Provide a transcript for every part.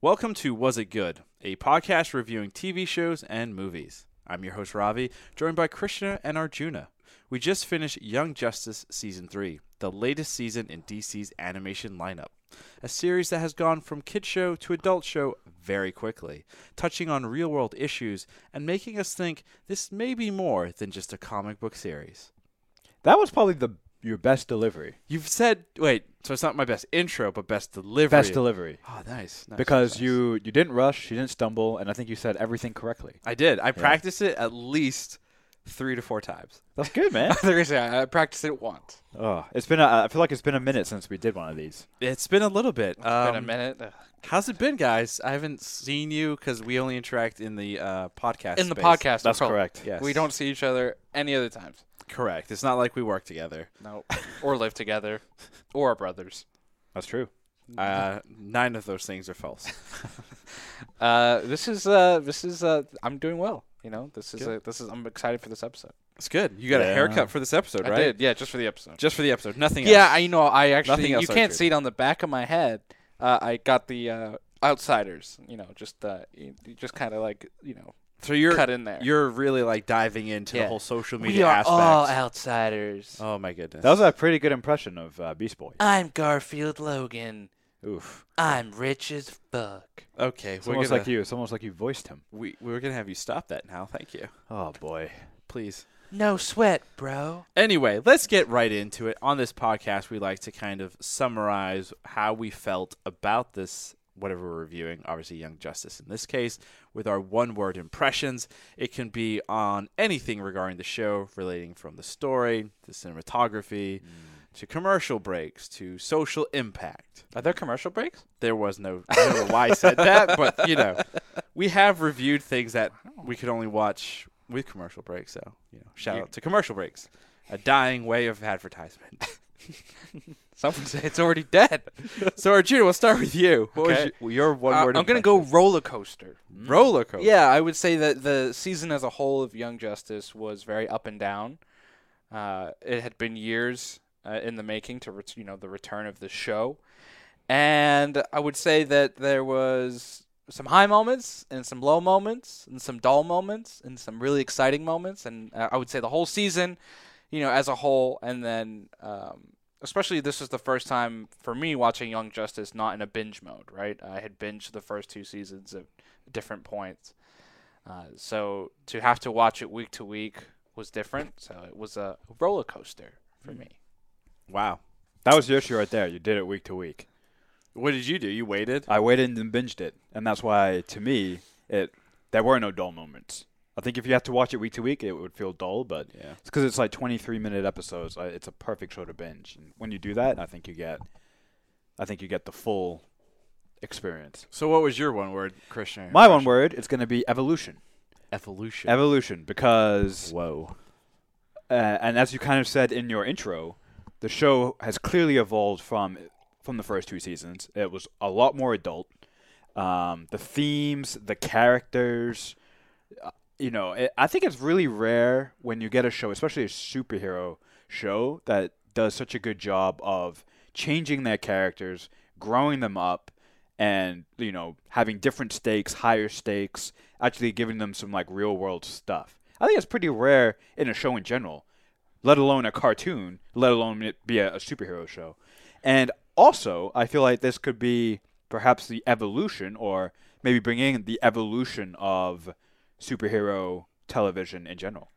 Welcome to Was It Good, a podcast reviewing TV shows and movies. I'm your host Ravi, joined by Krishna and Arjuna. We just finished Young Justice Season 3, the latest season in DC's animation lineup. A series that has gone from kid show to adult show very quickly, touching on real world issues and making us think this may be more than just a comic book series. That was probably the your best delivery, You've said, wait, so it's not my best intro, but best delivery. best delivery, Oh, nice. nice, because nice. you you didn't rush, you didn't stumble, and I think you said everything correctly. I did. I practiced it at least three to four times. That's good, man. There is. I I practiced it once. oh, it's been a, I feel like it's been a minute since we did one of these. It's been a little bit. Um, Been a minute. Ugh. How's it been, guys? I haven't seen you because we only interact in the uh, podcast. In the space. podcast. That's we're all- correct. Yes. We don't see each other any other times. Correct. It's not like we work together. No. or live together. Or are brothers. That's true. Uh, nine of those things are false. Uh, this is. Uh, this is. Uh, I'm doing well. You know. This is. Good. A, this is. I'm excited for this episode. It's good. You got a Yeah. haircut for this episode, I right? did. Yeah, just for the episode. Just for the episode. Nothing yeah, else. I know. I actually. Nothing else You I can't did. see it on the back of my head. Uh, I got the uh, outsiders. You know, just. Uh, you, you just kind of like. You know, So you're cut in there. you're really like diving into Yeah. the whole social we media are aspect. all outsiders. oh my goodness. That was a pretty good impression of uh, Beast Boy. I'm Garfield Logan. Oof, I'm rich as fuck. okay. it's We're almost gonna, like you. It's almost like you voiced him. we we're gonna have you stop that now. Thank you, Oh boy. please. No sweat, bro. Anyway, let's get right into it. On this podcast, we like to kind of summarize how we felt about this, whatever we're reviewing, obviously Young Justice in this case, with our one word impressions. It can be on anything regarding the show, relating from the story to cinematography to commercial breaks to social impact. Are there commercial breaks? There was no, I don't know why I said that, but you know, we have reviewed things that we could only watch with commercial breaks. So, you know, shout out to commercial breaks, a dying way of advertisement. Some would say it's already dead. so, Arjuna, we'll start with you. What Okay. was your, your one Uh, word? I'm gonna go roller coaster. impression? roller coaster. Yeah, I would say that the season as a whole of Young Justice was very up and down. Uh, it had been years uh, in the making to ret- you know the return of the show, and I would say that there was some high moments and some low moments and some dull moments and some really exciting moments, and uh, I would say the whole season, you know, as a whole, and then. Um, Especially, this is the first time for me watching Young Justice not in a binge mode, right? I had binged the first two seasons of different points. Uh, so to have to watch it week to week was different. So it was a roller coaster for me. Wow. That was your issue right there. You did it week to week. What did you do? You waited. I waited and binged it, and that's why to me it there were no dull moments. I think if you had to watch it week to week, it would feel dull, but Yeah. It's because it's like 23 minute episodes. uh, It's a perfect show to binge. And when you do that, I think you get, I think you get the full experience. So, what was your one word, Krishna? My one word, it's going to be evolution. evolution. Evolution, because Whoa. uh, and as you kind of said in your intro, the show has clearly evolved from from the first two seasons. It was a lot more adult. Um, the themes, the characters, uh, you know, it, I think it's really rare when you get a show, especially a superhero show, that does such a good job of changing their characters, growing them up, and you know, having different stakes, higher stakes, actually giving them some like real world stuff. I think it's pretty rare in a show in general, let alone a cartoon, let alone it be a, a superhero show. And also, I feel like this could be perhaps the evolution, or maybe bringing in the evolution of superhero television in general.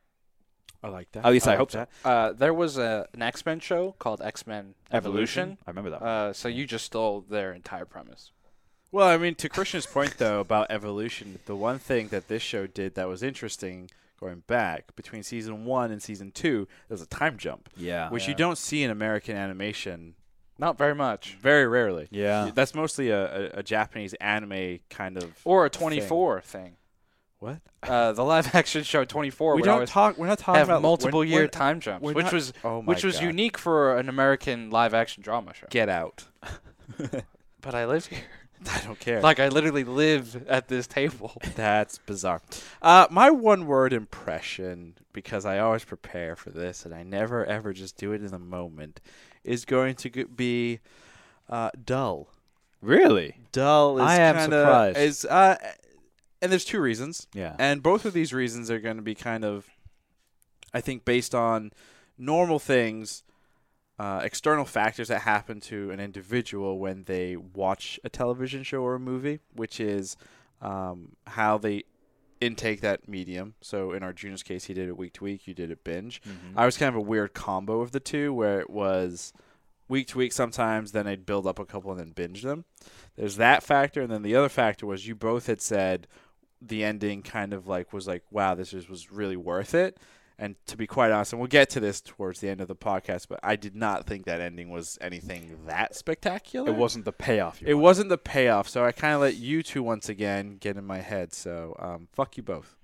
I like that. At least I, like hope that. Uh, there was a, an X Men show called X Men so. Evolution. I remember that. Uh, so you just stole their entire premise. Well, I mean, to Christian's point though about evolution, the one thing that this show did that was interesting going back between season one and season two, there's a time jump, Ah, yeah. which you don't see in American animation Not very much. very rarely. Yeah. that's mostly a, a, a Japanese anime kind of. Or a 24 thing. what? Uh, the live action show 24 We would don't always talk. We're not talking have about multiple we're- year we're- time jumps, we're which not- was oh my which was God. unique for an American live action drama show. Get out. But I live here. I don't care. Like I literally live at this table. That's bizarre. Uh, my one word impression, because I always prepare for this and I never ever just do it in the moment, is going to g- be uh, dull. Really? Dull is I am kinda, surprised. Is uh, and there's two reasons. Yeah. And both of these reasons are going to be kind of, I think, based on normal things, uh, external factors that happen to an individual when they watch a television show or a movie, which is um, how they intake that medium. So in our Arjuna's case, he did it week to week, you did it binge. Mm-hmm. I was kind of a weird combo of the two where it was week to week sometimes, then I'd build up a couple and then binge them. There's that factor. And then the other factor was you both had said, the ending kind of like was like, wow, this is, was really worth it. And to be quite honest, and we'll get to this towards the end of the podcast, but I did not think that ending was anything that spectacular. it wasn't the payoff. You It wanted. wasn't the payoff, so I kind of let you two once again get in my head. So um, fuck you both.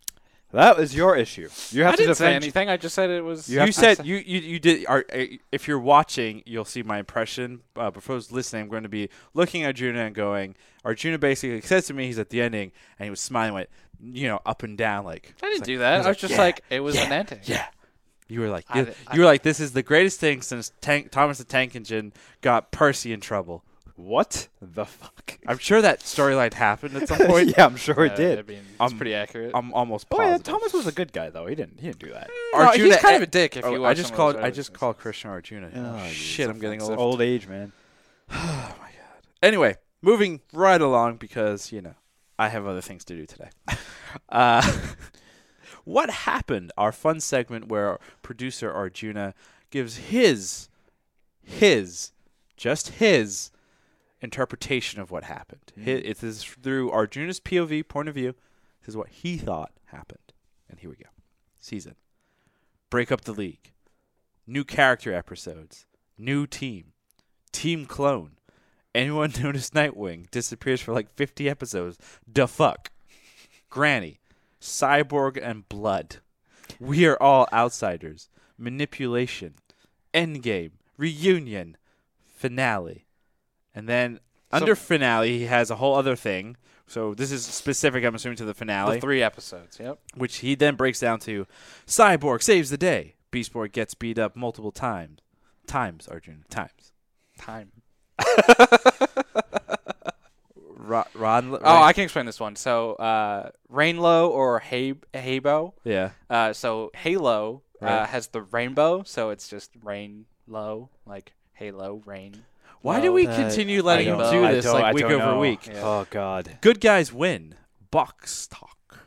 That is your issue. You have I to didn't say defend. anything. I just said it was. You, said you, you you did. Are, uh, if you're watching, you'll see my impression. Uh, but for those listening, I'm going to be looking at Arjuna and going. Arjuna basically says to me, he's at the ending, and he was smiling, went you know up and down like. I it's didn't like- do I was that. I like, was just yeah, like, it was yeah, an ending. Yeah. You were like, I you, did- you were like, this is the greatest thing since Tank, Thomas the Tank Engine got Percy in trouble. What the fuck? I'm sure that storyline happened at some point. yeah, I'm sure Uh, it did. I mean, it's Um, pretty accurate. I'm almost Oh yeah, positive. Thomas was a good guy though. He didn't. He didn't do that. No, he's Arjuna- kind of a dick. If Oh, you I watch just some of called his I other just things. called Christian Arjuna. Oh, Oh, shit, I'm getting old. Old age, man. Anyway, moving right along because you know I have other things to do today. uh, what happened? Our fun segment where our producer Arjuna gives his his just his interpretation of what happened. Hi it is through Arjuna's POV point of view. This is what he thought happened, and here we go. Season break up the league, new character episodes, new team, team clone. Anyone notice Nightwing disappears for like 50 episodes. Da fuck. Granny, Cyborg, and Blood. We are all outsiders. Manipulation, Endgame, Reunion, Finale. And then under Finale, he has a whole other thing. So this is specific, I'm assuming, to the finale the three episodes. Yep. which he then breaks down to Cyborg saves the day. Beast Boy gets beat up multiple times. Times, Arjun, times. Time. Ron, Ron Oh, I can explain this one. So, uh, Rainlow or Hay Haybo. yeah. Uh, so Halo uh, Right. has the rainbow, so it's just rain low, like Halo rain. Why low. do we Uh, continue letting him don't- do I this like week over week? Yeah. Oh god. Good guys win. Box talk.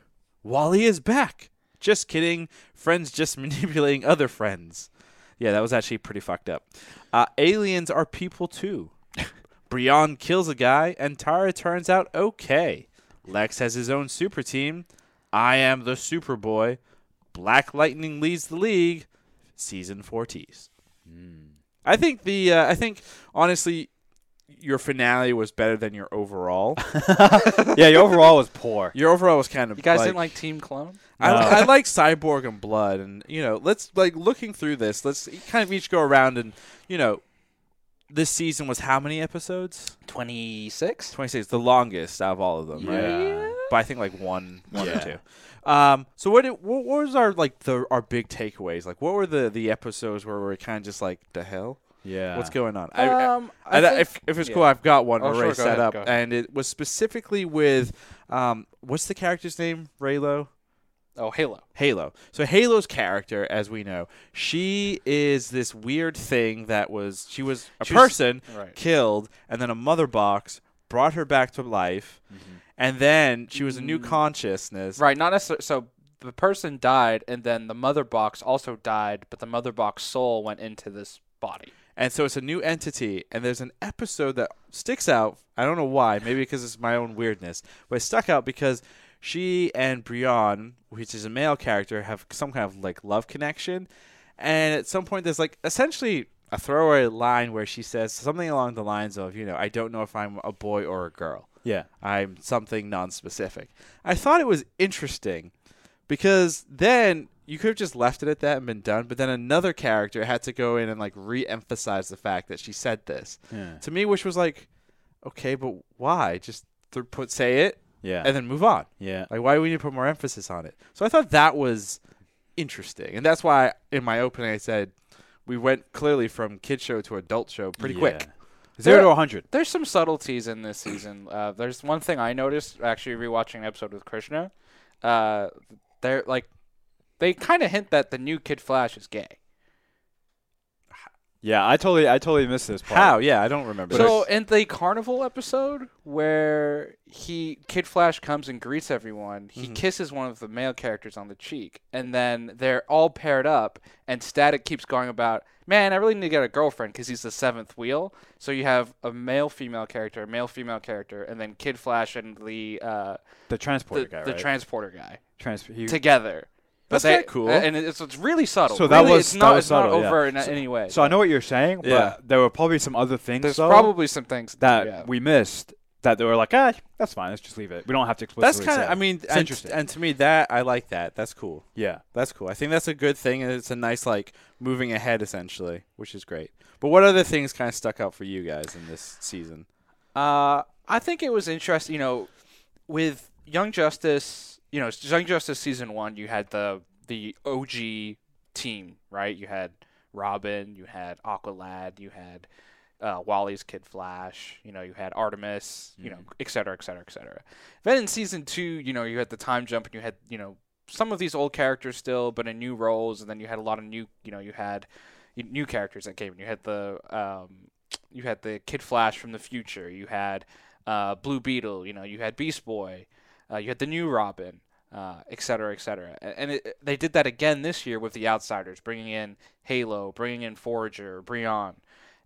Wally is back. Just kidding. Friends just manipulating other friends. Yeah, that was actually pretty fucked up. Uh, aliens are people too. Brian kills a guy, and Tara turns out okay. Lex has his own super team. I am the Superboy. Black Lightning leads the league. Season four tease. Hmm. I think the uh, I think honestly, your finale was better than your overall. yeah, your overall was poor. Your overall was kind of. You guys like, didn't like Team Clone? I, No. I like Cyborg and Blood, and you know, let's like looking through this. Let's kind of each go around, and you know, this season was how many episodes? Twenty six. Twenty six, the longest out of all of them, right? Yeah. But I think like one, one Yeah. or two. Um, so what, did, what? What was our like the our big takeaways? Like, what were the the episodes where we we're kind of just like the hell? Yeah. What's going on? I- I- Um, I, and I- think- if, if it's yeah. cool, I've got one Oh, already sure, go set ahead, up, go ahead. and it was specifically with, um, what's the character's name? Raylo. oh Halo. Halo. So Halo's character, as we know, she is this weird thing that was she was a She was- person right. killed, and then a mother box brought her back to life, Mm-hmm. and then she was a new consciousness. Right, not necessarily. So the person died, and then the mother box also died, but the mother box soul went into this body. And so it's a new entity, and there's an episode that sticks out. I don't know why, maybe because it's my own weirdness, but it stuck out because she and Brian, which is a male character, have some kind of like love connection. And at some point, there's like essentially a throwaway line where she says something along the lines of, you know, I don't know if I'm a boy or a girl. Yeah. I'm something non-specific. I thought it was interesting because then you could have just left it at that and been done, but then another character had to go in and like re-emphasize the fact that she said this Yeah. to me, which was like, okay, but why? Just th- put say it Yeah. and then move on. yeah. Like, why do we need to put more emphasis on it? So I thought that was interesting, and that's why in my opening I said we went clearly from kid show to adult show pretty quick. Zero There- to 100. There's some subtleties in this season. Uh, there's one thing I noticed actually rewatching an episode with Krishna. Uh, they're like, they kind of hint that the new Kid Flash is gay. Yeah, I totally, I totally missed this part. How? Yeah, I don't remember. so in the carnival episode where he Kid Flash comes and greets everyone, he Mhm. kisses one of the male characters on the cheek, and then they're all paired up, and Static keeps going about, man, I really need to get a girlfriend because he's the seventh wheel. So you have a male female character, a male female character, and then Kid Flash and the uh, The transporter the, guy, the right? transporter guy Trans- he- together. That's they- kinda cool. and it's, it's really subtle. So that Really, was- it's that not was it's subtle, not yeah. over in any way. so I know what you're saying, but Yeah. there were probably some other things there's though, probably some things that yeah. we missed that they were like, ah, that's fine, let's just leave it. We don't have to that's explicitly. kind say of. it." I mean, It's and, interesting. and to me, that I like that. That's cool. yeah. That's cool. I think that's a good thing, and it's a nice like moving ahead essentially, which is great. But what other things kind of stuck out for you guys in this season? Uh, I think it was interesting. You know, with Young Justice, you know, s- Young Justice season one, you had the the OG team, right? You had Robin, you had Aqualad, you had uh, Wally's Kid Flash, you know, you had Artemis, you know, et cetera, et cetera, et cetera. Then in season two, you know, you had the time jump, and you had you know some of these old characters still, but in new roles, and then you had a lot of new, you know, you had y- new characters that came in. You had the um, you had the Kid Flash from the future. You had uh, Blue Beetle. You know, you had Beast Boy. Uh, you had the new Robin, uh, et cetera, et cetera. A- And it, they did that again this year with the Outsiders, bringing in Halo, bringing in Forager, Brion.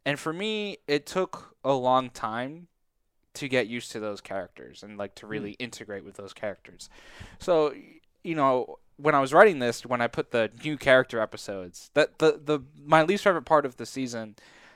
And for me, it took a long time to get used to those characters and like to really integrate with those characters. So, y- you know, when I was writing this, when I put the new character episodes, that the the my least favorite part of the season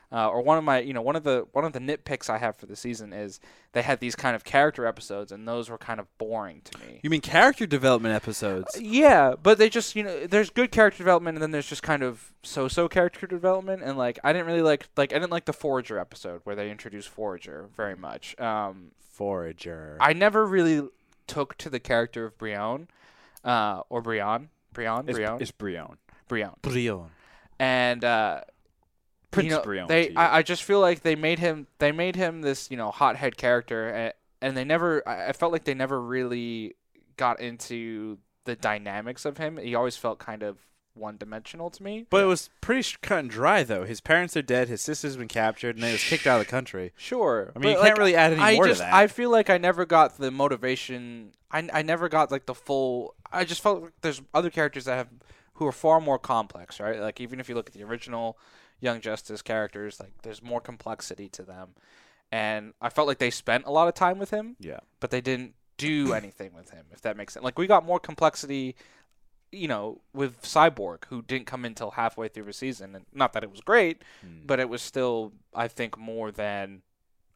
uh, or one of my you know one of the one of the nitpicks I have for the season is they had these kind of character episodes and those were kind of boring to me. You mean character development episodes? Yeah, but they just you know there's good character development and then there's just kind of so-so character development and like I didn't really like like I didn't like the Forager episode where they introduced Forager very much. Um, Forager. I never really took to the character of Brion, uh, or Brion, Brion, It's, Brion, it's Brion. Brion, Brion. and uh, Prince you know, Brion. They, to you. I, I just feel like they made him. They made him this, you know, hothead character, and, and they never. I I felt like they never really got into the dynamics of him. He always felt kind of one-dimensional to me. But it was pretty sh- cut and dry though. His parents are dead. His sister's been captured, and they was kicked out of the country. Sure. I mean, you but, can't like, really add any I more just to that. I feel like I never got the motivation. I I never got like the full. I just felt like there's other characters that have who are far more complex, right? Like even if you look at the original Young Justice characters, like there's more complexity to them. And I felt like they spent a lot of time with him, yeah. but they didn't do anything with him, if that makes sense. Like we got more complexity, you know, with Cyborg, who didn't come in until halfway through the season. And not that it was great, Mm. but it was still, I think, more than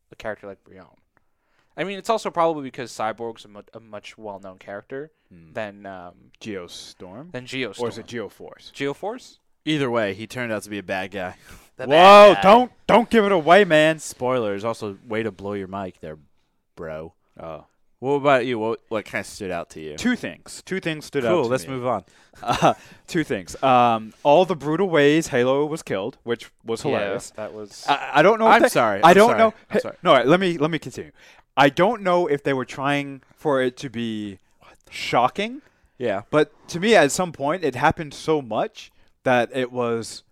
a character like Brion. I mean, it's also probably because Cyborg's a, mu- a much well-known character Mm. than um, Geostorm? than Geostorm. Or is it Geoforce? Geoforce? Either way, he turned out to be a bad guy. The Whoa! bad guy. Don't don't give it away, man. Spoilers. Also, way to blow your mic there, bro. Oh. What about you? What what kind of stood out to you? Two things. Two things stood out. cool. to Let's me. move on. Uh, two things. Um, all the brutal ways Halo was killed, which was hilarious. Yeah, that was. I, I don't know. If I'm they- sorry. I I'm don't sorry. know. I'm sorry. No, let me let me continue. I don't know if they were trying for it to be shocking, Yeah. but to me, at some point, it happened so much that it was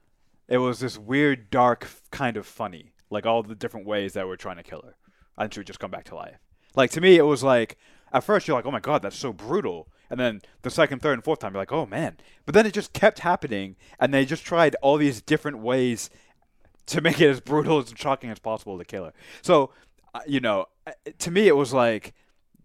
it was this weird, dark f- kind of funny, like all the different ways that we're trying to kill her, and she would just come back to life. Like to me, it was like at first you're like, oh my god, that's so brutal, and then the second, third, and fourth time you're like, oh man, but then it just kept happening, and they just tried all these different ways to make it as brutal and shocking as possible to kill her. So, uh, you know, uh, to me, it was like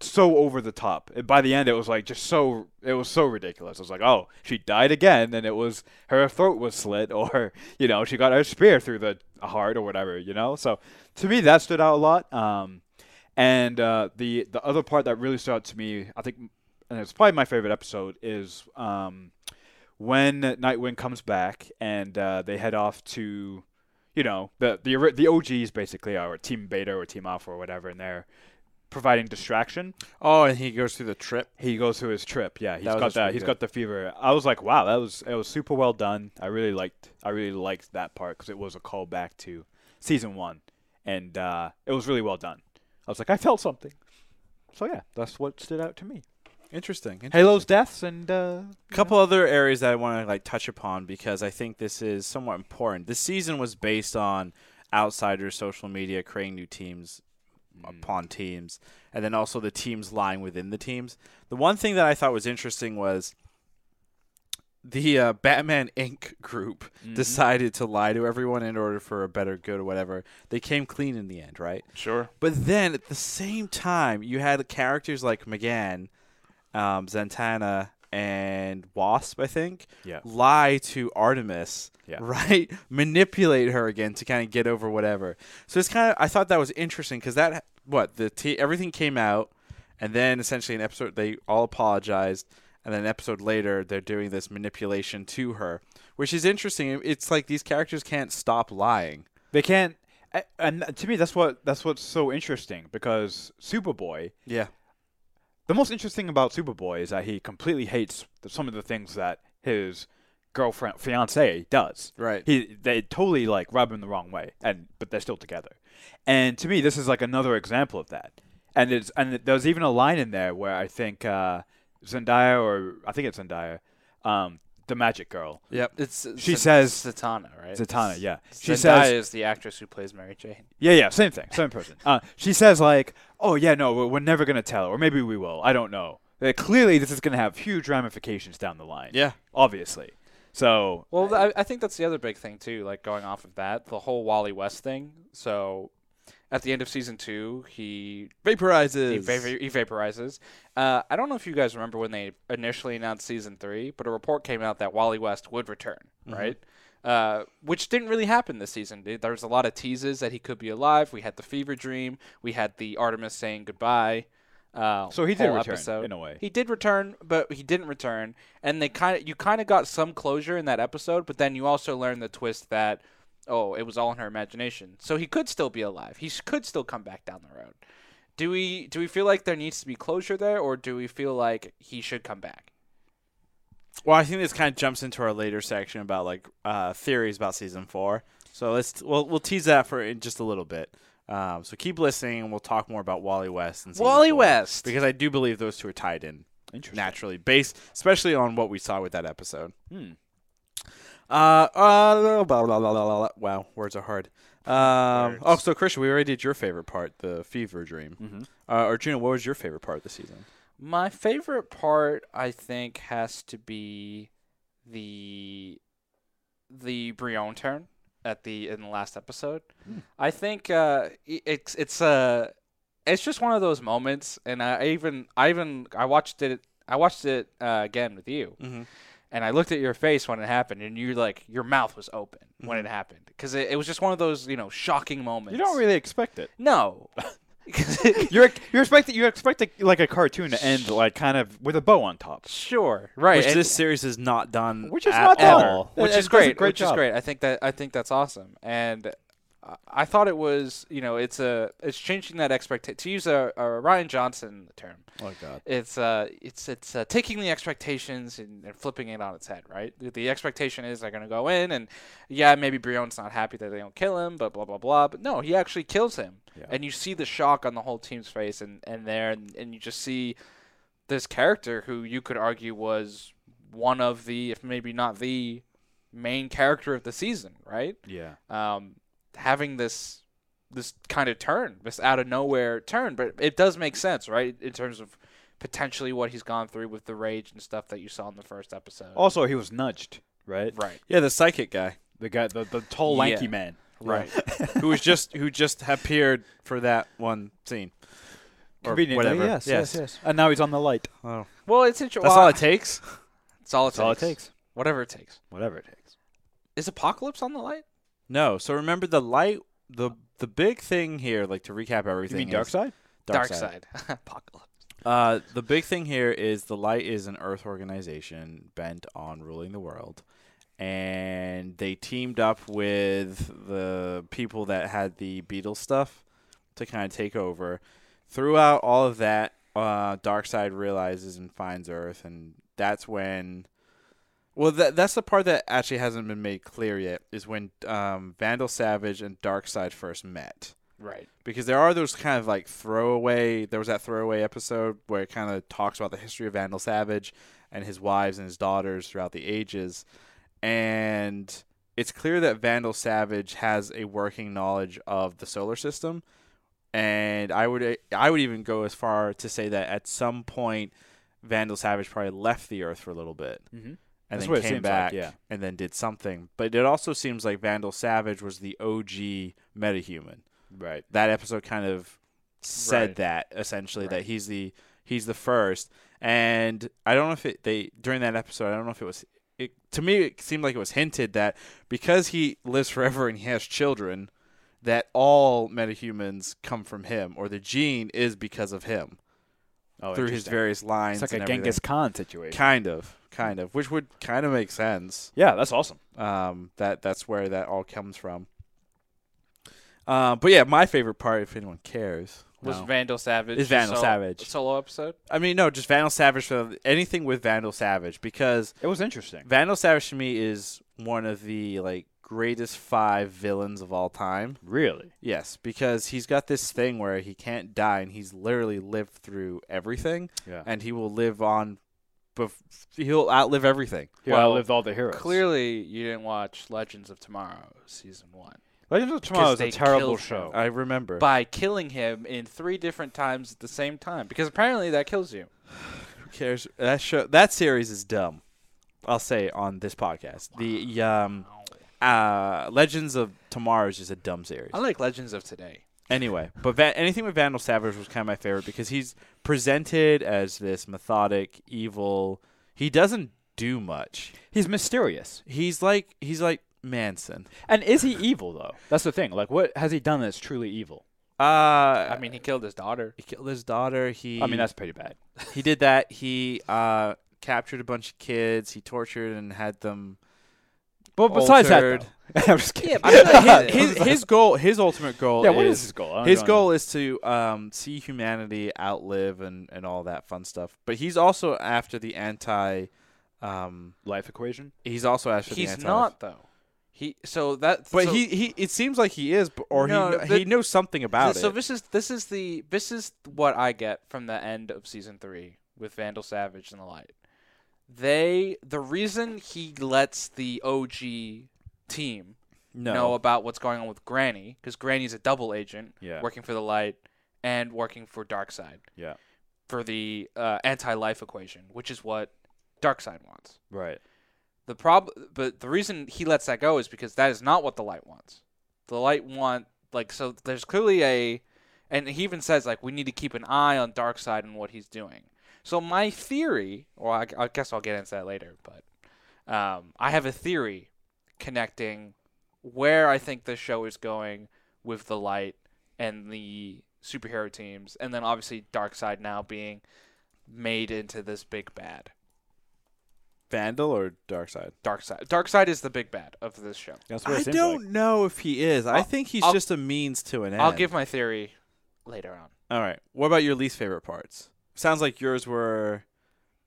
so over the top. And By the end, it was like just so it was so ridiculous. It was like, oh, she died again, and it was her throat was slit, or you know, she got her spear through the heart or whatever. You know, so to me, that stood out a lot. Um, and uh, the the other part that really stood out to me, I think, and it's probably my favorite episode is. Um, when Nightwing comes back and uh, they head off to you know the the ori- the OGs basically are Team Beta or Team Alpha or whatever, and they're providing distraction. Oh, and he goes through the trip. He goes through his trip. Yeah, he's That was got actually that. He's good. got the fever. I was like, wow, that was it was super well done. I really liked I really liked that part because it was a callback to season one and uh, it was really well done. I was like, I felt something. So yeah, that's what stood out to me. Interesting. Halo's deaths and uh, A couple other areas that I want to like touch upon because I think this is somewhat important. This season was based on outsiders, social media, creating new teams Mm-hmm. upon teams, and then also the teams lying within the teams. The one thing that I thought was interesting was the uh, Batman Inc. group decided to lie to everyone in order for a better good or whatever. They came clean in the end, right? Sure. But then at the same time, you had characters like McGann, um, Zantana, and Wasp, I think, Yeah. lie to Artemis, Yeah. right? Manipulate her again to kind of get over whatever. So it's kind of I thought that was interesting because that what the t- everything came out, and then essentially an episode they all apologized, and then an episode later they're doing this manipulation to her, which is interesting. It's like these characters can't stop lying. they can't. a- And to me, that's what that's what's so interesting because Superboy. Yeah. The most interesting about Superboy is that he completely hates the, some of the things that his girlfriend, fiance, does. Right. He they totally like rub him the wrong way, and but they're still together. And to me, this is like another example of that. And it's and there's even a line in there where I think uh, Zendaya or I think it's Zendaya, um, the Magic Girl, Yep. It's uh, She Zat- says- Zatanna, right? Zatanna. Yeah, she Zendaya says is the actress who plays Mary Jane. Yeah, yeah, same thing, same person. Uh, she says like, "Oh yeah, no, we're, we're never gonna tell, or maybe we will. I don't know." Uh, clearly, this is gonna have huge ramifications down the line. Yeah. obviously. So Well, th- I, I think that's the other big thing too. Like going off of that, the whole Wally West thing. So, at the end of season two, he Vaporizes. he, vapor- he vaporizes. Uh, I don't know if you guys remember when they initially announced season three, but a report came out that Wally West would return, right? Uh, which didn't really happen this season. Th- There was a lot of teases that he could be alive. We had the fever dream. We had the Artemis saying goodbye. Uh, So he did whole return, episode. in a way. He did return, but he didn't return. And they kind of you kind of got some closure in that episode, but then you also learned the twist that oh, it was all in her imagination. So he could still be alive. He s- could still come back down the road. Do we do we feel like there needs to be closure there, or do we feel like he should come back? Well, I think this kind of jumps into our later section about like uh, theories about season four. So let's we'll we'll tease that for in just a little bit. Um, so keep listening, and we'll talk more about Wally West and season Wally four, West. because I do believe those two are tied in interesting. naturally, based especially on what we saw with that episode. Hmm. Uh, uh blah, blah, blah, blah, blah, blah. wow, words are hard. Um, Words. oh, so Christian, we already did your favorite part, the fever dream. Mhm. Uh, or Juno, what was your favorite part of the season? My favorite part, I think, has to be the the Brion turn at the in the last episode. I think uh, i- it's it's uh, it's just one of those moments, and I even I even I watched it I watched it uh, again with you, Mm-hmm. and I looked at your face when it happened, and you like your mouth was open when it happened because it, it was just one of those you know shocking moments. You don't really expect it. no. 'Cause it- You're ex- you expect you expect a, like a cartoon to end like kind of with a bow on top. sure, right? Which and- this series has not done, Which is at not done. all. It- it which is does a great, great which is job. great. I think that I think that's awesome, and I- I thought it was you know it's a it's changing that expectation to use a, a Ryan Johnson term. Oh God. It's uh it's it's uh, taking the expectations and, and flipping it on its head, right? The, the expectation is they're gonna go in and yeah maybe Brion's not happy that they don't kill him, but blah blah blah. But no, he actually kills him, Yeah. and you see the shock on the whole team's face and and there and, and you just see this character who you could argue was one of the, if maybe not the main character of the season, right? Yeah. Um, having this this kind of turn, this out of nowhere turn, but it does make sense, right? In terms of potentially what he's gone through with the rage and stuff that you saw in the first episode. Also, he was nudged, right? right, Yeah, the psychic guy. The guy, the, the tall Yeah. lanky man. right. who was just who just appeared for that one scene. Or Conveniently, whatever. Yes, yes, yes, And now he's on the light. Oh. well, it's interesting. That's all it takes. it's all it That's all it takes. Whatever it takes. Whatever it takes. Is Apocalypse on the light? No, so remember the light. the The big thing here, like to recap You everything, mean dark is- side? Dark side. side. Apocalypse. Uh, the big thing here is the light is an Earth organization bent on ruling the world, and they teamed up with the people that had the Beatles stuff to kind of take over. Throughout all of that, uh, Darkseid realizes and finds Earth, and that's when. Well, that that's the part that actually hasn't been made clear yet. Is when um, Vandal Savage and Darkseid first met. Right. because there are those kind of like throwaway. There was that throwaway episode where it kind of talks about the history of Vandal Savage and his wives and his daughters throughout the ages, and it's clear that Vandal Savage has a working knowledge of the solar system, and I would I would even go as far to say that at some point, Vandal Savage probably left the Earth for a little bit Mm-hmm. and That's then what it came seems like, back yeah. and then did something. But it also seems like Vandal Savage was the OG metahuman. Right. That episode kind of said Right. that essentially that Right. he's the he's the first. And I don't know if it they during that episode I don't know if it was it, to me it seemed like it was hinted that because he lives forever and he has children that all metahumans come from him or the gene is because of him Oh, through his interesting. various lines It's like and a everything. Genghis Khan situation. kind of kind of which would kind of make sense Yeah, that's awesome. um, that that's where that all comes from. Uh, but yeah, my favorite part, if anyone cares, um, Was no. Vandal Savage? Is a Vandal solo- Savage. a solo episode? I mean, no, just Vandal Savage. For anything with Vandal Savage, because It was interesting. Vandal Savage to me is one of the like greatest five villains of all time. Really? Yes, because he's got this thing where he can't die, and he's literally lived through everything, Yeah. and he will live on. Bef- he'll outlive everything. Yeah, Well, I lived all the heroes. Clearly, you didn't watch Legends of Tomorrow season one. Legends of Tomorrow is they a terrible killed show. I remember. by killing him in three different times at the same time because apparently that kills you. Who cares? That show, that series is dumb. I'll say it on this podcast, the um, uh, Legends of Tomorrow is just a dumb series. I like Legends of Today. Anyway, but Va- anything with Vandal Savage was kind of my favorite because he's presented as this methodic, evil. He doesn't do much. He's mysterious. He's like he's like Manson. And is he evil though? That's the thing. Like, what has he done that's truly evil? Uh, I mean, he killed his daughter. he killed his daughter. He I mean, that's pretty bad. he did that. He uh captured a bunch of kids. He tortured and had them But besides Altered. that, though, I'm just kidding. Yeah, but I hate it. his, his goal, his ultimate goal yeah, is, what is his goal? I don't his know. goal is to um, see humanity outlive and, and all that fun stuff. But he's also after the anti. Um, life equation. he's also after the He's anti. not though. He so that But so- he, he it seems like he is, b- or No, he kn- the- he knows something about so it. this is this is the this is what I get from the end of season three with Vandal Savage and the Light. They the reason he lets the OG team no, know about what's going on with Granny because Granny's a double agent Yeah. working for the Light and working for Darkseid. Yeah. for the uh, anti-life equation, which is what Darkseid wants. Right. The problem, but the reason he lets that go is because that is not what the light wants. The light want like so. There's clearly a, and he even says like we need to keep an eye on Darkseid and what he's doing. So my theory, well, I, I guess I'll get into that later, but um, I have a theory connecting where I think this show is going with the light and the superhero teams, and then obviously Darkseid now being made into this big bad. Vandal or Dark Side. Darkseid. Darkseid is the big bad of this show. That's what I it seems don't Like. know if he is. I I'll- think he's I'll- just a means to an end. I'll give my theory later on. All right. What about your least favorite parts? Sounds like yours were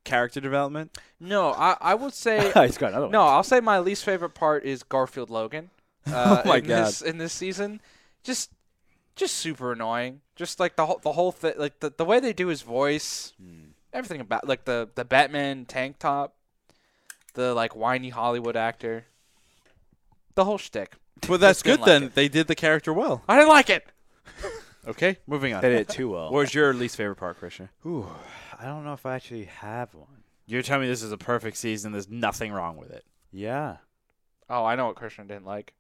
character development. No, I, I would say He's got another no. one. I'll say my least favorite part is Garfield Logan. Uh, my in This, in this season, just just super annoying. Just like the whole the whole thing, like the, the way they do his voice, Hmm. everything about like the the Batman tank top, the like whiny Hollywood actor, the whole shtick. Well, that's Just good didn't like then. it. They did the character well. I didn't like it. Okay, moving on. They did it too well. Where's your least favorite part, Christian? Ooh, I don't know if I actually have one. You're telling me this is a perfect season. There's nothing wrong with it. Yeah. Oh, I know what Christian didn't like.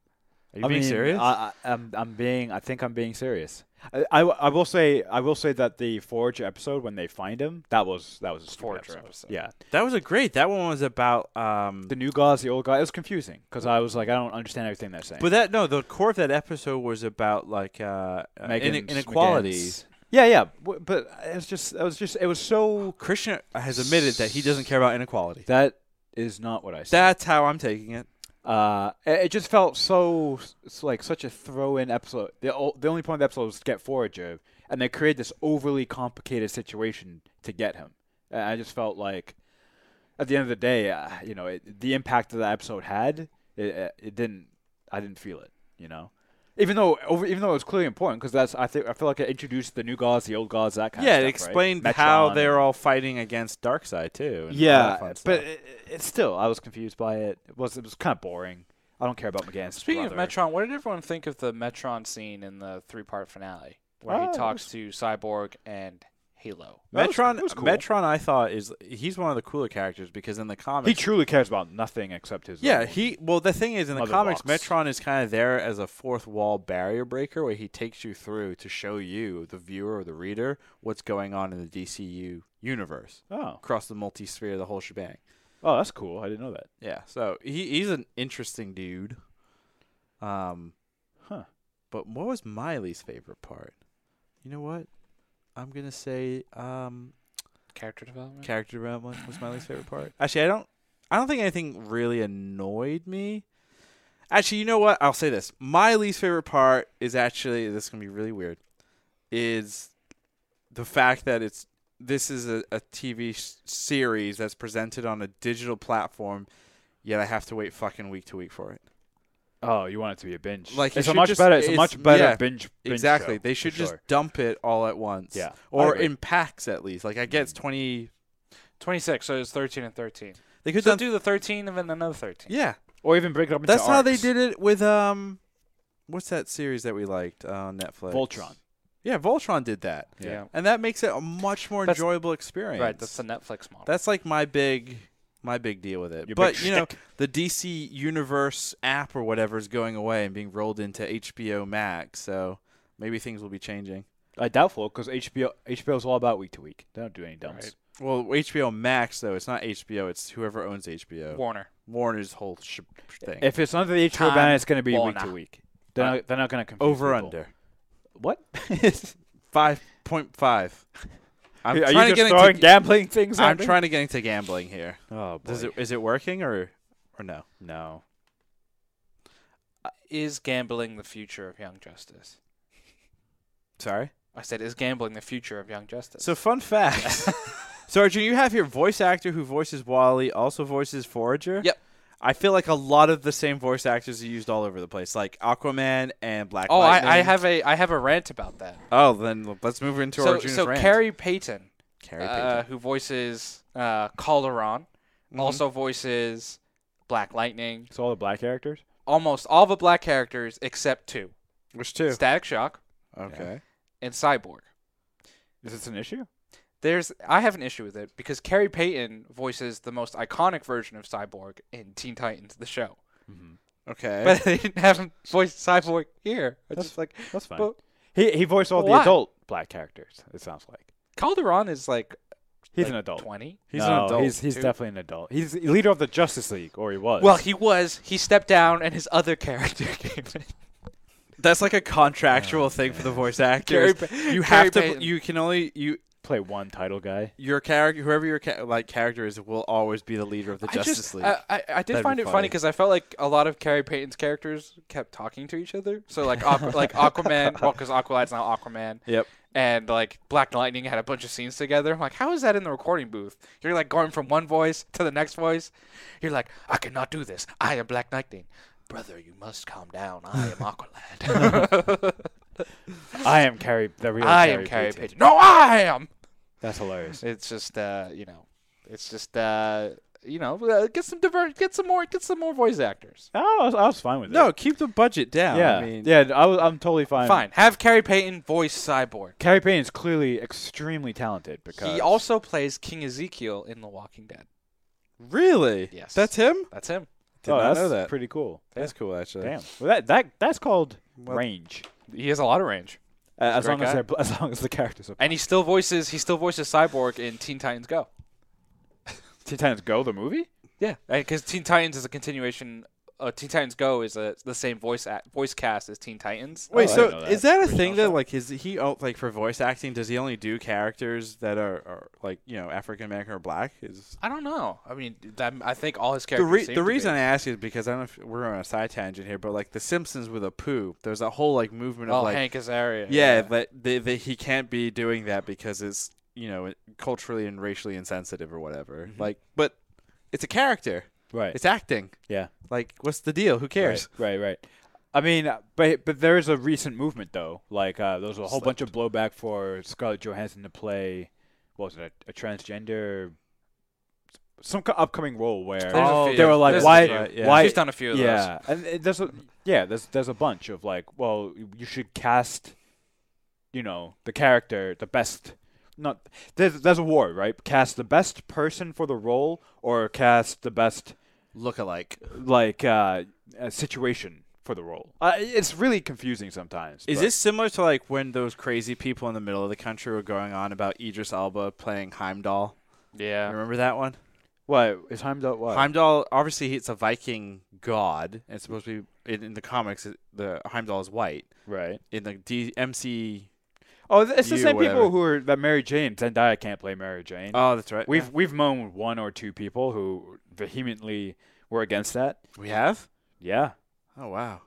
Are you I being mean, serious? I, I, I'm, I'm being. I think I'm being serious. I, I, I will say. I will say that the Forge episode when they find him, that was that was a stupid Forger episode. episode. Yeah, that was a great. That one was about. Um, the new gods, the old god. It was confusing because I was like, I don't understand everything they're saying. but that no, the core of that episode was about like uh, uh, ine- Megans, inequalities. McGinns. Yeah, yeah. W- But it was just. It was just. It was so. Christian has admitted that he doesn't care about inequality. That is not what I said. That's how I'm taking it. Uh, it, it just felt so it's like such a throw-in episode. The o- the only point of the episode was to get Forager, and they created this overly complicated situation to get him. And I just felt like, at the end of the day, uh, you know, it, the impact that the episode had, it, it didn't. I didn't feel it. You know, Even though over, even though it was clearly important because that's I think I feel like it introduced the new gods, the old gods, that kind yeah, of stuff. it right? explained Metron how and- they're all fighting against Darkseid too. and all that Yeah, fun but stuff. it, it's still I was confused by it. It was it was kind of boring. I don't care about McGann's Speaking brother. of Metron, what did everyone think of the Metron scene in the three-part finale where Oh, he it talks to Cyborg and Halo? That was- Metron, that was cool. Metron, I thought is he's one of the cooler characters because in the comics, he truly cares about nothing except his. Yeah, own. he well the thing is in the Mother comics box. Metron is kind of there as a fourth wall barrier breaker where he takes you through to show you the viewer or the reader what's going on in the DCU universe Oh, across the multi-sphere the whole shebang. oh, that's cool. I didn't know that. Yeah, so he he's an interesting dude. Um Huh. but what was Miley's favorite part? You know what? I'm going to say um Character development. character development was my least favorite part. Actually, I don't I don't think anything really annoyed me. Actually, you know what? I'll say this. My least favorite part is actually this is gonna be really weird. Is the fact that it's this is a, a TV s- series that's presented on a digital platform, yet I have to wait fucking week to week for it. Oh, you want it to be a binge? Like, you it's a should much just- better. It's, a it's- much better yeah, binge. binge exactly. show, they for should just sure. dump it all at once. Yeah. I Or agree. Mm. in packs at least. Like I guess twenty. Twenty-six. So it's thirteen and thirteen. They could So done- do the thirteen and then another thirteen. yeah. or even break it up into That's how they arcs. did it with um, what's that series that we liked on Netflix? Voltron. Yeah, Voltron did that, Yeah. and that makes it a much more That's- enjoyable experience. Right. That's the Netflix model. That's like my big, my big deal with it. Your but big you know, shtick. the DC Universe app or whatever is going away and being rolled into HBO Max, so maybe things will be changing. I doubtful because HBO HBO is all about week to week. They don't do any dumps. Right. Well, HBO Max though, it's not HBO. It's whoever owns HBO. Warner. Warner's whole sh- thing. If it's under the HBO Time banner, it's going to be week to Warner. week. They're Uh, not, they're not going to confuse Over people. under What? five point five. I'm Are trying you to get just into throwing gambling things? I'm at me? trying to get into gambling here. Oh boy. Does it is it working or or no? No. Is gambling the future of Young Justice? Sorry. I said, is gambling the future of Young Justice? So fun fact. so Arjun, you have your voice actor who voices Wally, also voices Forager. Yep. I feel like a lot of the same voice actors are used all over the place, like Aquaman and Black oh, Lightning. I, I have a I have a rant about that. Oh, then let's move into so Arjun's so rant. Carrie Payton, Carrie uh, who voices uh, Calderon, Mhm. also voices Black Lightning. So all the black characters. Almost all the black characters except two: which two? Static Shock Okay. and Cyborg. Is this an issue? There's I have an issue with it because Carrie Payton voices the most iconic version of Cyborg in Teen Titans the show, Okay. but they didn't have him voice Cyborg here. It's That's just like That's fine. Well- he he voiced all the Why? adult black characters. It sounds like Calderon is like he's like an adult. Twenty. he's No, an adult. He's he's too. definitely an adult. He's the leader of the Justice League, or he was. Well, he was. He stepped down, and his other character came in. That's like a contractual thing for the voice actors. Pay- you Carrie have to. Payton. You can only you play one title guy. your character, whoever your ca- like character is, will always be the leader of the Justice I just, League. I, I, I did That'd find be it funny. funny because I felt like a lot of Carrie Payton's characters kept talking to each other. So like Aqu- like Aquaman, well, because Aqualad's now Aquaman. Yep. And like Black Lightning had a bunch of scenes together. I'm like, how is that in the recording booth? You're like going from one voice to the next voice. You're like, I cannot do this. I am Black Lightning. Brother, you must calm down. I am Aqualad. I am Carrie. The real I Carrie am Carrie Payton. Payton. No, I am. That's hilarious. It's just uh, you know, it's just uh, you know, uh, get some diver- get some more, get some more voice actors. Oh, I was, I was fine with no, it. keep the budget down. Yeah. I mean, yeah. I was, I'm totally fine. Fine, have Carrie Payton voice Cyborg. Carrie Payton is clearly extremely talented because He also plays King Ezekiel in The Walking Dead. really? Yes. that's him. That's him. Did oh, not that's know that. pretty cool. that's cool, actually. Damn. Well, that that that's called Well- range. He has a lot of range, Uh, as great long as guy. they're, bl- as long as the characters are. and he still voices he still voices Cyborg in Teen Titans Go. Teen Titans Go the movie. Yeah, because Teen Titans is a continuation. Uh, Teen Titans Go is a, the same voice act, voice cast as Teen Titans. Wait, Oh, I so didn't know is that a Original thing that show. like is he oh, like for voice acting? Does he only do characters that are, are like you know African American or black? Is I don't know. I mean, that, I think all his the characters. re- seem the to be. reason I ask is because I don't know if we're on a side tangent here, but like the Simpsons with a poo, there's a whole like movement oh of like Hank Azaria. yeah, that they, they, he can't be doing that because it's you know culturally and racially insensitive or whatever. Mm-hmm. Like, but it's a character. Right. It's acting. yeah. Like, what's the deal? Who cares? Right, right. right. I mean, uh, but but there is a recent movement though. Like uh, there was a whole bunch of Slipped. blowback for Scarlett Johansson to play what was it a, a transgender some co- upcoming role where There's a Oh, few. they were like, There's a why- few. yeah. why- She's done a few of those. yeah, and it- there's a yeah there's there's a bunch of like well you should cast you know the character the best not there's there's a war right cast the best person for the role or cast the best Look alike. like uh, uh situation for the role. Uh, it's really confusing sometimes. Is but- this similar to like when those crazy people in the middle of the country were going on about Idris Alba playing Heimdall? You Yeah. remember that one? what is Heimdall? What Heimdall obviously he's a Viking god, and it's supposed to be in, in the comics. it- The Heimdall is white. right? In the D- MC, Oh, th- it's the You, same whatever. people who are that Mary Jane. Zendaya can't play Mary Jane. oh, that's right. we've we've moaned one or two people who vehemently were against that. Yeah. we have. Yeah, Oh wow.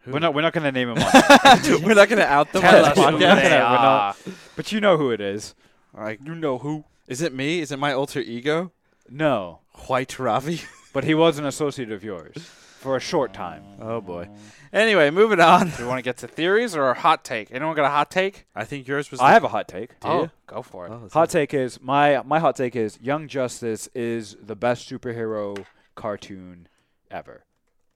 Who? we're not we're not gonna name him, on- we're not gonna out them Tell on the us who podcast. they are. but you know who it is. Like, You know who? is it me? Is it my alter ego, No, White Ravi? but he was an associate of yours for a short time. Oh boy. Anyway, moving on. Do we want to get to theories or a hot take? Anyone got a hot take? I think yours was. I have a hot take. oh, go for it. Hot take is my my hot take is Young Justice is the best superhero cartoon ever.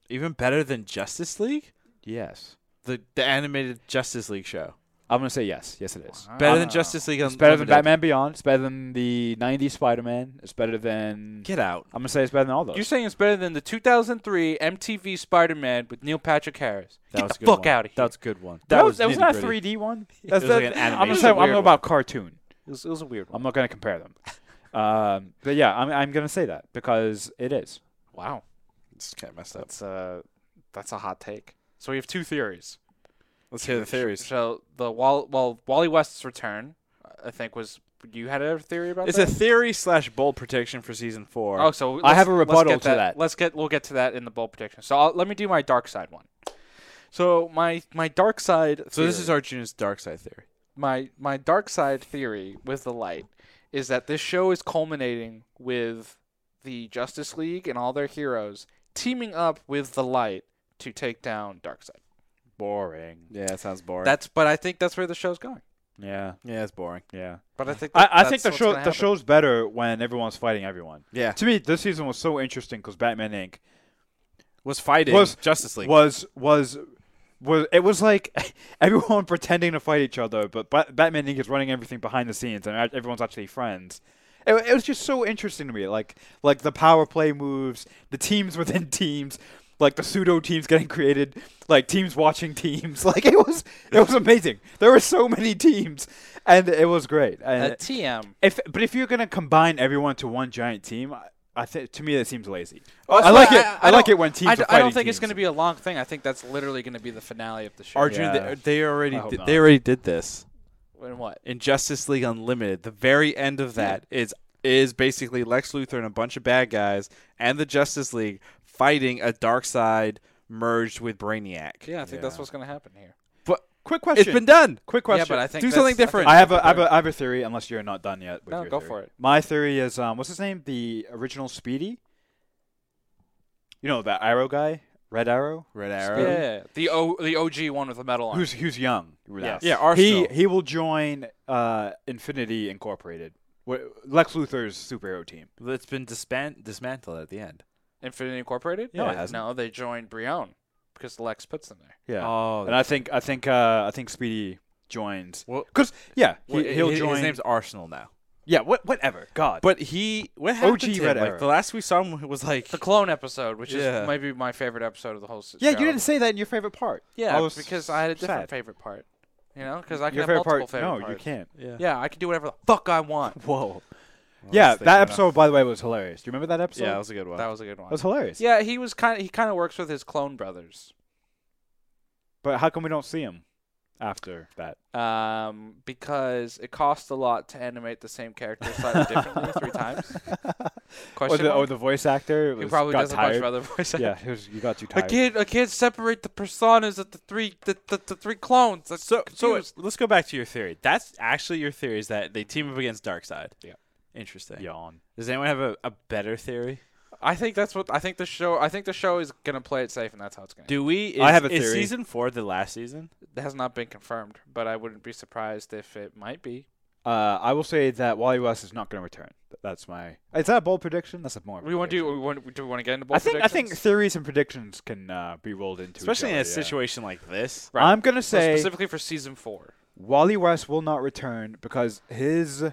even better than Justice League, Yes. the the animated Justice League show. I'm gonna say yes. Yes, it is. Better than Wow. Justice League. It's better than Unlimited. Batman Beyond. It's better than the '90s Spider-Man. It's better than. Get out. I'm gonna say it's better than all those. You're saying it's better than the 2003 MTV Spider-Man with Neil Patrick Harris? That Get was a the good fuck one. out of here. That was a good one. that, was that was not a nitty-gritty. 3D one. It That's was that- like an I'm animation. gonna say I'm It was a talking weird about cartoon. it, was, it was a weird one. I'm not gonna compare them. um, but yeah, I'm I'm gonna say that because it is. Wow, It's kind of messed up. that's a that's a hot take. So we have two theories. Let's hear the theories. So the Wall, well, Wally West's return, I think was you had a theory about It's a that? theory slash bold prediction for season four. Oh, so I have let's- a let's rebuttal get to that. Let's get we'll get to that in the bold prediction. So I'll, let me do my dark side one. So my my dark side. so this theory- is Arjuna's dark side theory. my my dark side theory with the light is that this show is culminating with the Justice League and all their heroes teaming up with the light to take down Darkseid. Boring. Yeah, that sounds boring. That's but I think that's where the show's going. Yeah. yeah, it's boring. Yeah. But I think I, I that's think the what's show gonna the happen. show's better when everyone's fighting everyone. Yeah, To me, this season was so interesting because Batman Inc. was fighting Was- Justice League. was was was it was like everyone pretending to fight each other, but Bat- Batman Inc. is running everything behind the scenes, and a- everyone's actually friends. It, wa- it was just so interesting to me, like like the power play moves, the teams within teams, like the pseudo teams getting created, like teams watching teams. Like it was it was amazing. There were so many teams, and it was great. And Uh, TM. if but if you're gonna combine everyone to one gigiant team, I, I think to me that seems lazy. Well, I that's like why it. I, like don't- it when teams. Oh, I, are d- I fighting don't think it's teams. going to be a long thing. I think that's literally going to be the finale of the show. Arjuna, Yeah. they, they already I hope did, not. they already did this And what? in Justice League Unlimited. The very end of that is is basically Lex Luthor and a bunch of bad guys and the Justice League fighting a dark side merged with Brainiac. Yeah, I think that's Yeah. what's going to happen here. But quick it's question. been done. Quick question. Yeah, but I think Do that's- something I think different. I that's have a I have the- a, I have a theory. Unless you're not done yet. With No, your go theory. for it. My theory is um, what's his name? The original Speedy. You know that Arrow guy, Red Arrow, Red Yeah, Arrow. yeah, yeah. the O the OG one with the metal arm. who's who's young. Yes. Yeah, He Arsenal. he will join uh, Infinity Incorporated, wh- Lex Luthor's superhero team. It's been disband- dismantled at the end. Infinity Incorporated? Yeah, no, it hasn't. no, they joined Brion because Lex puts them there. Yeah. Oh, and I think I think uh, I think Speedy joins. Well- Because yeah, he, Well, he'll his, join. His name's Arsenal now. yeah, what whatever. God. But he, what happened OG to him? Red Like, Arrow. the last we saw him was like The clone episode, which Yeah. is maybe my favorite episode of the whole series. yeah, you didn't say that in your favorite part. Yeah, I was because I had a different sad. favorite part. You know, because I can Your have favorite multiple part? favorite no, you parts. can't. yeah. Yeah, I can do whatever the fuck I want. Whoa. Well, yeah, let's think that about episode, by the way, was hilarious. Do you remember that it. episode? Yeah, that that was a good one. That was a good one. was hilarious. yeah, he was kind of he kind of works with his clone brothers. But how come we don't see him after that? Um, because it costs a lot to animate the same character slightly differently three times. Or Question the, or mark? the voice actor he was, probably got does tired. a bunch of other voice yeah, he was, you got too I tired. can't I can't separate the personas of the three the, the, the three clones. That's so, so confused. wait, let's go back to your theory. That's actually your theory is that they team up against Darkseid. Yeah. Interesting. Yawn. Does anyone have a, a better theory? I think that's what I think the show. I think the show is gonna play it safe, and that's how it's gonna. Do we? Is, I have a is theory. season four the last season? It has not been confirmed, but I wouldn't be surprised if it might be. Uh, I will say that Wally West is not going to return. Th- That's my. Is that a bold prediction? That's a more. of a We want to prediction. do. We want, do we want to get into both? I think I think predictions? theories and predictions can uh, be rolled into. each Especially in other, a yeah. situation like this. Right. I'm gonna So say specifically for season four. Wally West will not return because his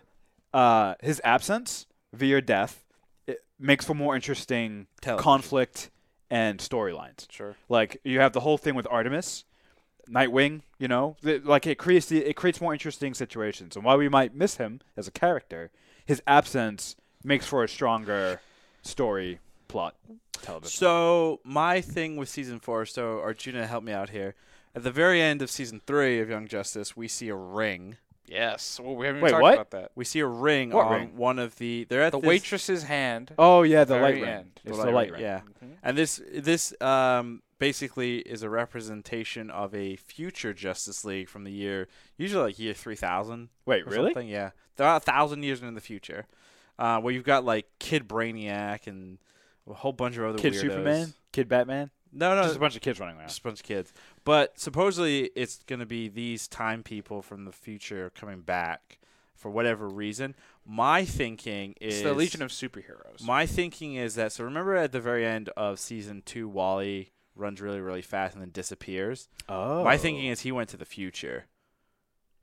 uh, his absence via death it makes for more interesting Television. conflict and storylines. Sure. Like you have the whole thing with Artemis, Nightwing. You know, th- like it creates the, it creates more interesting situations. And while we might miss him as a character, his absence makes for a stronger story plot. Television. So my thing with season four, so Arjuna help me out here. At the very end of season three of Young Justice, we see a ring. Yes. Well, we haven't even Wait, talked what? about that. We see a ring What on ring? one of the. They're at The this- waitress's hand. Oh yeah, the Very light ring. end. It's The the light ring. light ring. Yeah. Mhm. And this this um, basically is a representation of a future Justice League from the year, usually like year three thousand. Wait, or really? Something. Yeah, they're a thousand years in the future, uh, where you've got like Kid Brainiac and a whole bunch of other Kid weirdos. Uh, Superman, Kid Batman, No, no, just a bunch of kids running around. just a bunch of kids. But supposedly it's going to be these time people from the future coming back for whatever reason. My thinking is It's the Legion of Superheroes. my thinking is that so remember at the very end of season two, Wally runs really really fast and then disappears. Oh. My thinking is he went to the future,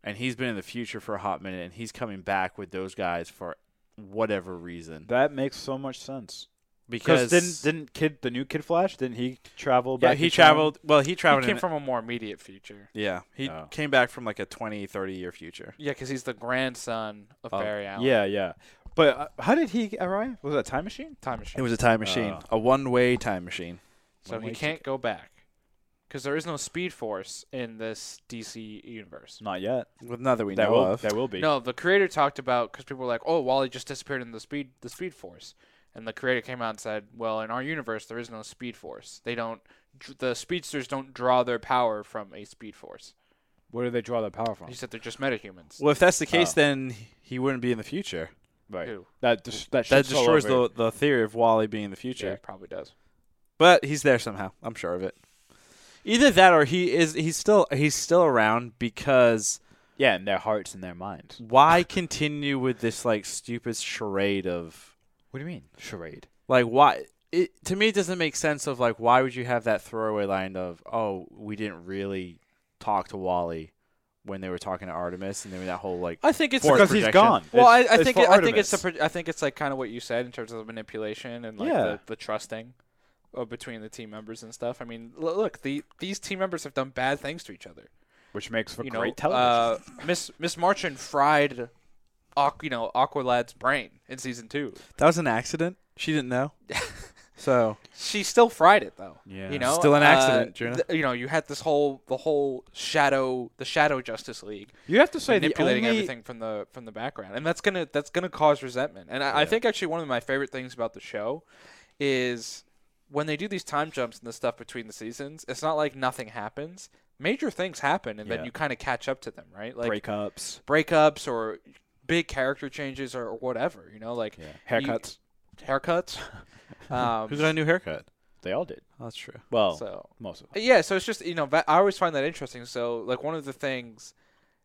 and he's been in the future for a hot minute, and he's coming back with those guys for whatever reason that makes so much sense. because Because didn't didn't kid the new Kid Flash? Didn't he travel? yeah back he in time? traveled well he he traveled came in- from a more immediate future. yeah he Oh. came back from like a 20 30 year future Yeah, because he's the grandson of Oh, Barry Allen. Yeah, yeah. But uh, how did he arrive? Was that a time machine? Time machine. It was a time machine, Oh. a one-way time machine. So One he way can't go back because there is no Speed Force in this DC universe. Not yet. With another we that know will of. that will be. No, the creator talked about because people were like, "Oh, Wally just disappeared in the Speed the Speed Force," and the creator came out and said, "Well, in our universe, there is no Speed Force. They don't." dr- The speedsters don't draw their power from a speed force. Where do they draw that power from? He said they're just metahumans. well, if that's the case, Oh. then he wouldn't be in the future. Right. Who? That dis- that, That shit's all destroys over. the the theory of Wally being in the future. Yeah, it probably does. But he's there somehow. I'm sure of it. Either that, or he is. He's still he's still around because yeah, and their hearts and their minds. why continue with this like stupid charade of What do you mean charade? like why? It, to me, it doesn't make sense. Of like, why would you have that throwaway line of "Oh, we didn't really talk to Wally when they were talking to Artemis," and then that whole like I think it's Force because he's projection. gone. Well, I, It's- I it's think for it, I think it's the Artemis. pro- I think it's like kind of what you said in terms of the manipulation and like Yeah. the, the trusting uh, between the team members and stuff. I mean, l- look, the these team members have done bad things to each other. which makes for you great know, television. uh, Miss Miss Marchand fried, Aqu- you know, Aqualad's brain in season two. That was an accident. She didn't know. so She still fried it though. Yeah. you know, Still an uh, accident, Juna. th- you know, you had this whole the whole shadow the shadow Justice League. you have to say the manipulating only everything from the from the background, and that's gonna that's gonna cause resentment. And I, I Yeah. think actually one of my favorite things about the show is when they do these time jumps and the stuff between the seasons. It's not like nothing happens. Major things happen, and Yeah. then you kind of catch up to them, right? Like breakups, breakups or big character changes or, or whatever. You know, like yeah. haircuts. haircuts. um, who got a new haircut? they all did. That's true. Well, so most of them. Yeah, so it's just you know that, I always find that interesting. So like one of the things,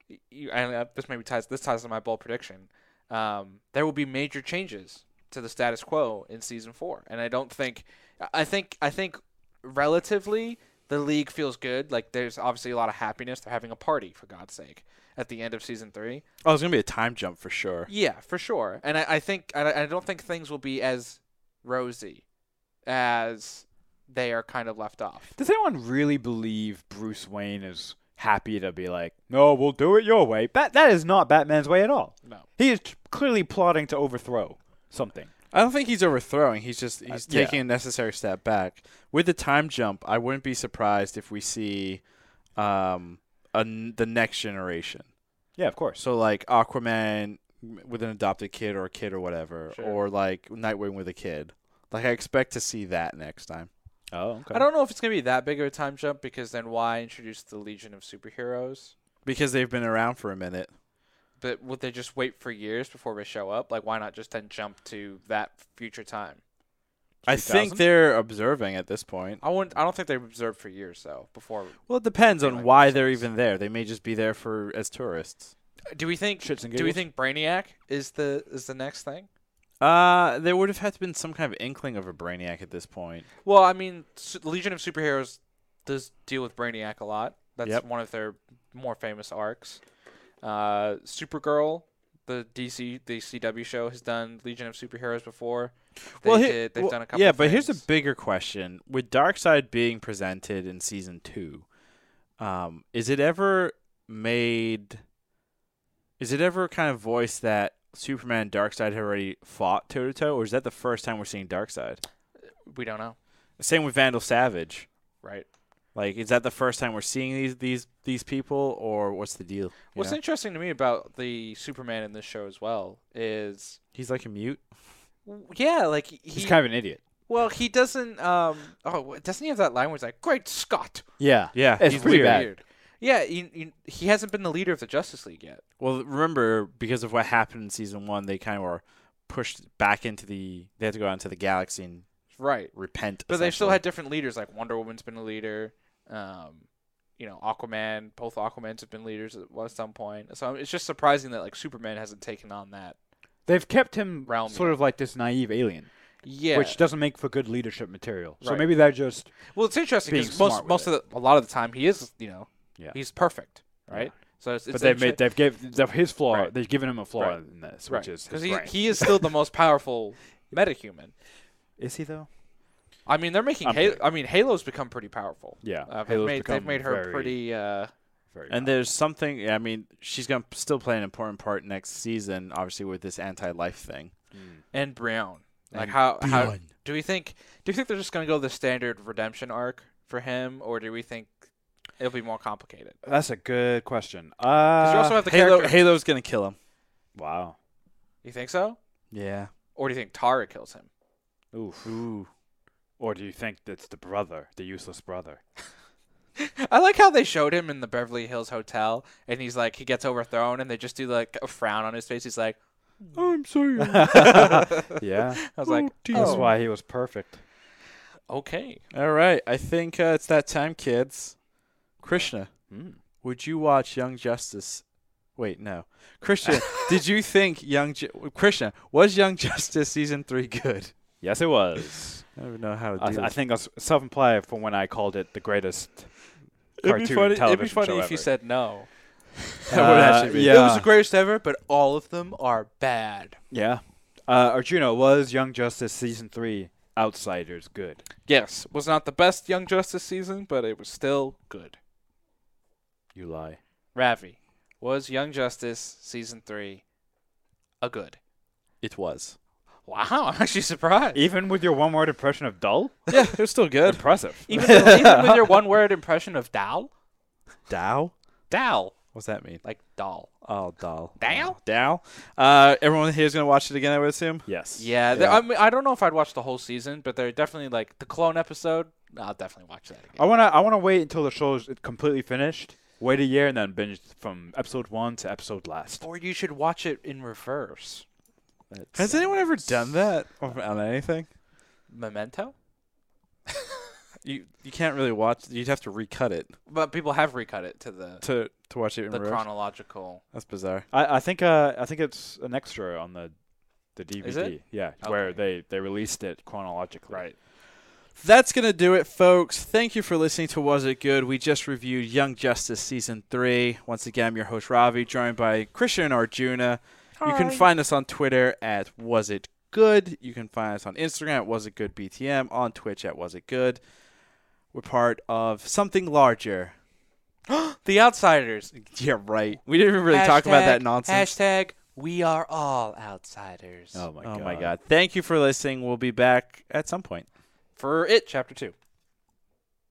y- you, and uh, this maybe ties this ties to my bold prediction. Um, there will be major changes to the status quo in season four, and I don't think, I- I think, I think, relatively the league feels good. Like there's obviously a lot of happiness. They're having a party for God's sake at the end of season three. Oh, it's gonna be a time jump for sure. Yeah, for sure. And I, I think I, I don't think things will be as rosy as they are kind of left off. Does anyone really believe Bruce Wayne is happy to be like, no, we'll do it your way? That that is not Batman's way at all. No. He is t- clearly plotting to overthrow something. I don't think he's overthrowing. He's just Uh, he's yeah. taking a necessary step back. With the time jump, I wouldn't be surprised if we see um a n the next generation. Yeah, of course. So like Aquaman with an adopted kid or a kid or whatever, Sure. or like Nightwing with a kid. Like I expect to see that next time. Oh, okay. I don't know if it's gonna be that big of a time jump because then why introduce the Legion of Superheroes? Because they've been around for a minute. But would they just wait for years before they show up? Like, why not just then jump to that future time? I think 2000? they're observing at this point. I wouldn't. I don't think they've observed for years though. Before, Well, it depends Yeah, on like why those they're guys. even there. They may just be there for as tourists. do we think? Shits and Do we giggles. think Brainiac is the is the next thing? Uh, there would have had to been some kind of inkling of a Brainiac at this point. Well, I mean, Su- Legion of Superheroes does deal with Brainiac a lot. That's Yep. one of their more famous arcs. Uh, Supergirl, the DC the CW show has done Legion of Superheroes before. They he- did. They've well, done a couple. Yeah, but here's things. a bigger question: With Darkseid being presented in season two, um, is it ever made? Is it ever kind of voiced that Superman and Darkseid had already fought toe to toe, or is that the first time we're seeing Darkseid? we don't know, Same with Vandal Savage. right? Like, is that the first time we're seeing these these these people, or what's the deal? You What's know? interesting to me about the Superman in this show as well is, He's like a mute. yeah, like he, He's kind of an idiot. well, he doesn't. Um, oh, doesn't he have that line where he's like, "Great Scott"? Yeah. Yeah, It's he's pretty weird. bad. Yeah, he, he, he hasn't been the leader of the Justice League yet. Well, remember because of what happened in season one, they kind of were pushed back into the. They had to go out into the galaxy and Right. repent. But they still essentially. had different leaders. Like Wonder Woman's been a leader. Um, you know, Aquaman. Both Aquamans have been leaders at at some point. So it's just surprising that like Superman hasn't taken on that. They've kept him Realm sort of like this naive alien, Yeah. which doesn't make for good leadership material. So Right. maybe they're just well, it's interesting being because smart most with most of the, a lot of the time he is you know Yeah. he's perfect right. So it's, but it's they've made they've gave they've, his flaw Right. they've given him a flaw Right. in this, right which is his because he, brain. he is still the most powerful metahuman. is he though? I mean they're making I'm Halo, kidding. I mean Halo's become pretty powerful. Yeah, Uh, they've Halo's made they've become made her very- pretty. Uh, Very And there's something. I mean, she's gonna still play an important part next season, obviously with this anti-life thing. mm. and Brown. Like And how how Brown. do we think do you think they're just gonna go the standard redemption arc for him, or do we think it'll be more complicated? That's a good question. Uh, Because you also have the Halo, character. Halo's gonna kill him. wow. You think so, Yeah. or do you think Tara kills him? Oof. Ooh. Or do you think that's the brother, the useless brother? I like how they showed him in the Beverly Hills Hotel, and he's like he gets overthrown, and they just do like a frown on his face. He's like, I'm sorry. Yeah, I was like, that's Oh. why he was perfect. okay, All right. I think uh, it's that time, kids. Krishna, Mm. would you watch Young Justice? Wait, no. Krishna, did you think Young Ju- Krishna was Young Justice season three good? Yes, it was. I don't know how to do I, th- I this. think I was self-implied for when I called it the greatest it'd be cartoon funny, it'd television be funny show if ever. you said no. That would actually be- Yeah. It was the greatest ever, but all of them are bad. Yeah. Uh, Arjuna was Young Justice season three. Outsiders good. Yes, was not the best Young Justice season, but it was still good. You lie. Ravi, was Young Justice season three a good? It was. Wow, I'm actually surprised. Even with your one-word impression of dull, Yeah, it was still good. impressive. Even, with- even with your one-word impression of Dal, Dow? Dal, What's that mean? like Dal. Oh, Dow. Dow? Dow. Uh, everyone here's gonna watch it again. I would assume. Yes. Yeah, there- I mean, I don't know if I'd watch the whole season, but they're definitely like the clone episode. I'll definitely watch that. I Again. wanna I wanna wait until the show's completely finished. Wait a year and then binge from episode one to episode last. Or you should watch it in reverse. Has anyone ever done that on on anything? Memento, You you can't really watch. You'd have to recut it but people have recut it to the to to watch it in the reverse. chronological. That's bizarre. I, I think uh I think it's an extra on the the DVD. Is it? Yeah, Okay. where they they released it chronologically. That's gonna do it, folks. Thank you for listening to Was It Good? We just reviewed Young Justice season three. Once again, I'm your host Ravi, joined by Christian Arjuna. You can find us on Twitter at Was It Good. You can find us on Instagram at Was It Good BTM, on Twitch at Was It Good. We're part of something larger. The Outsiders. Yeah, right. We didn't even really talk about that Hashtag- nonsense. Hashtag we are all outsiders. Oh my oh god. my god. Thank you for listening. We'll be back at some point. For it, chapter two.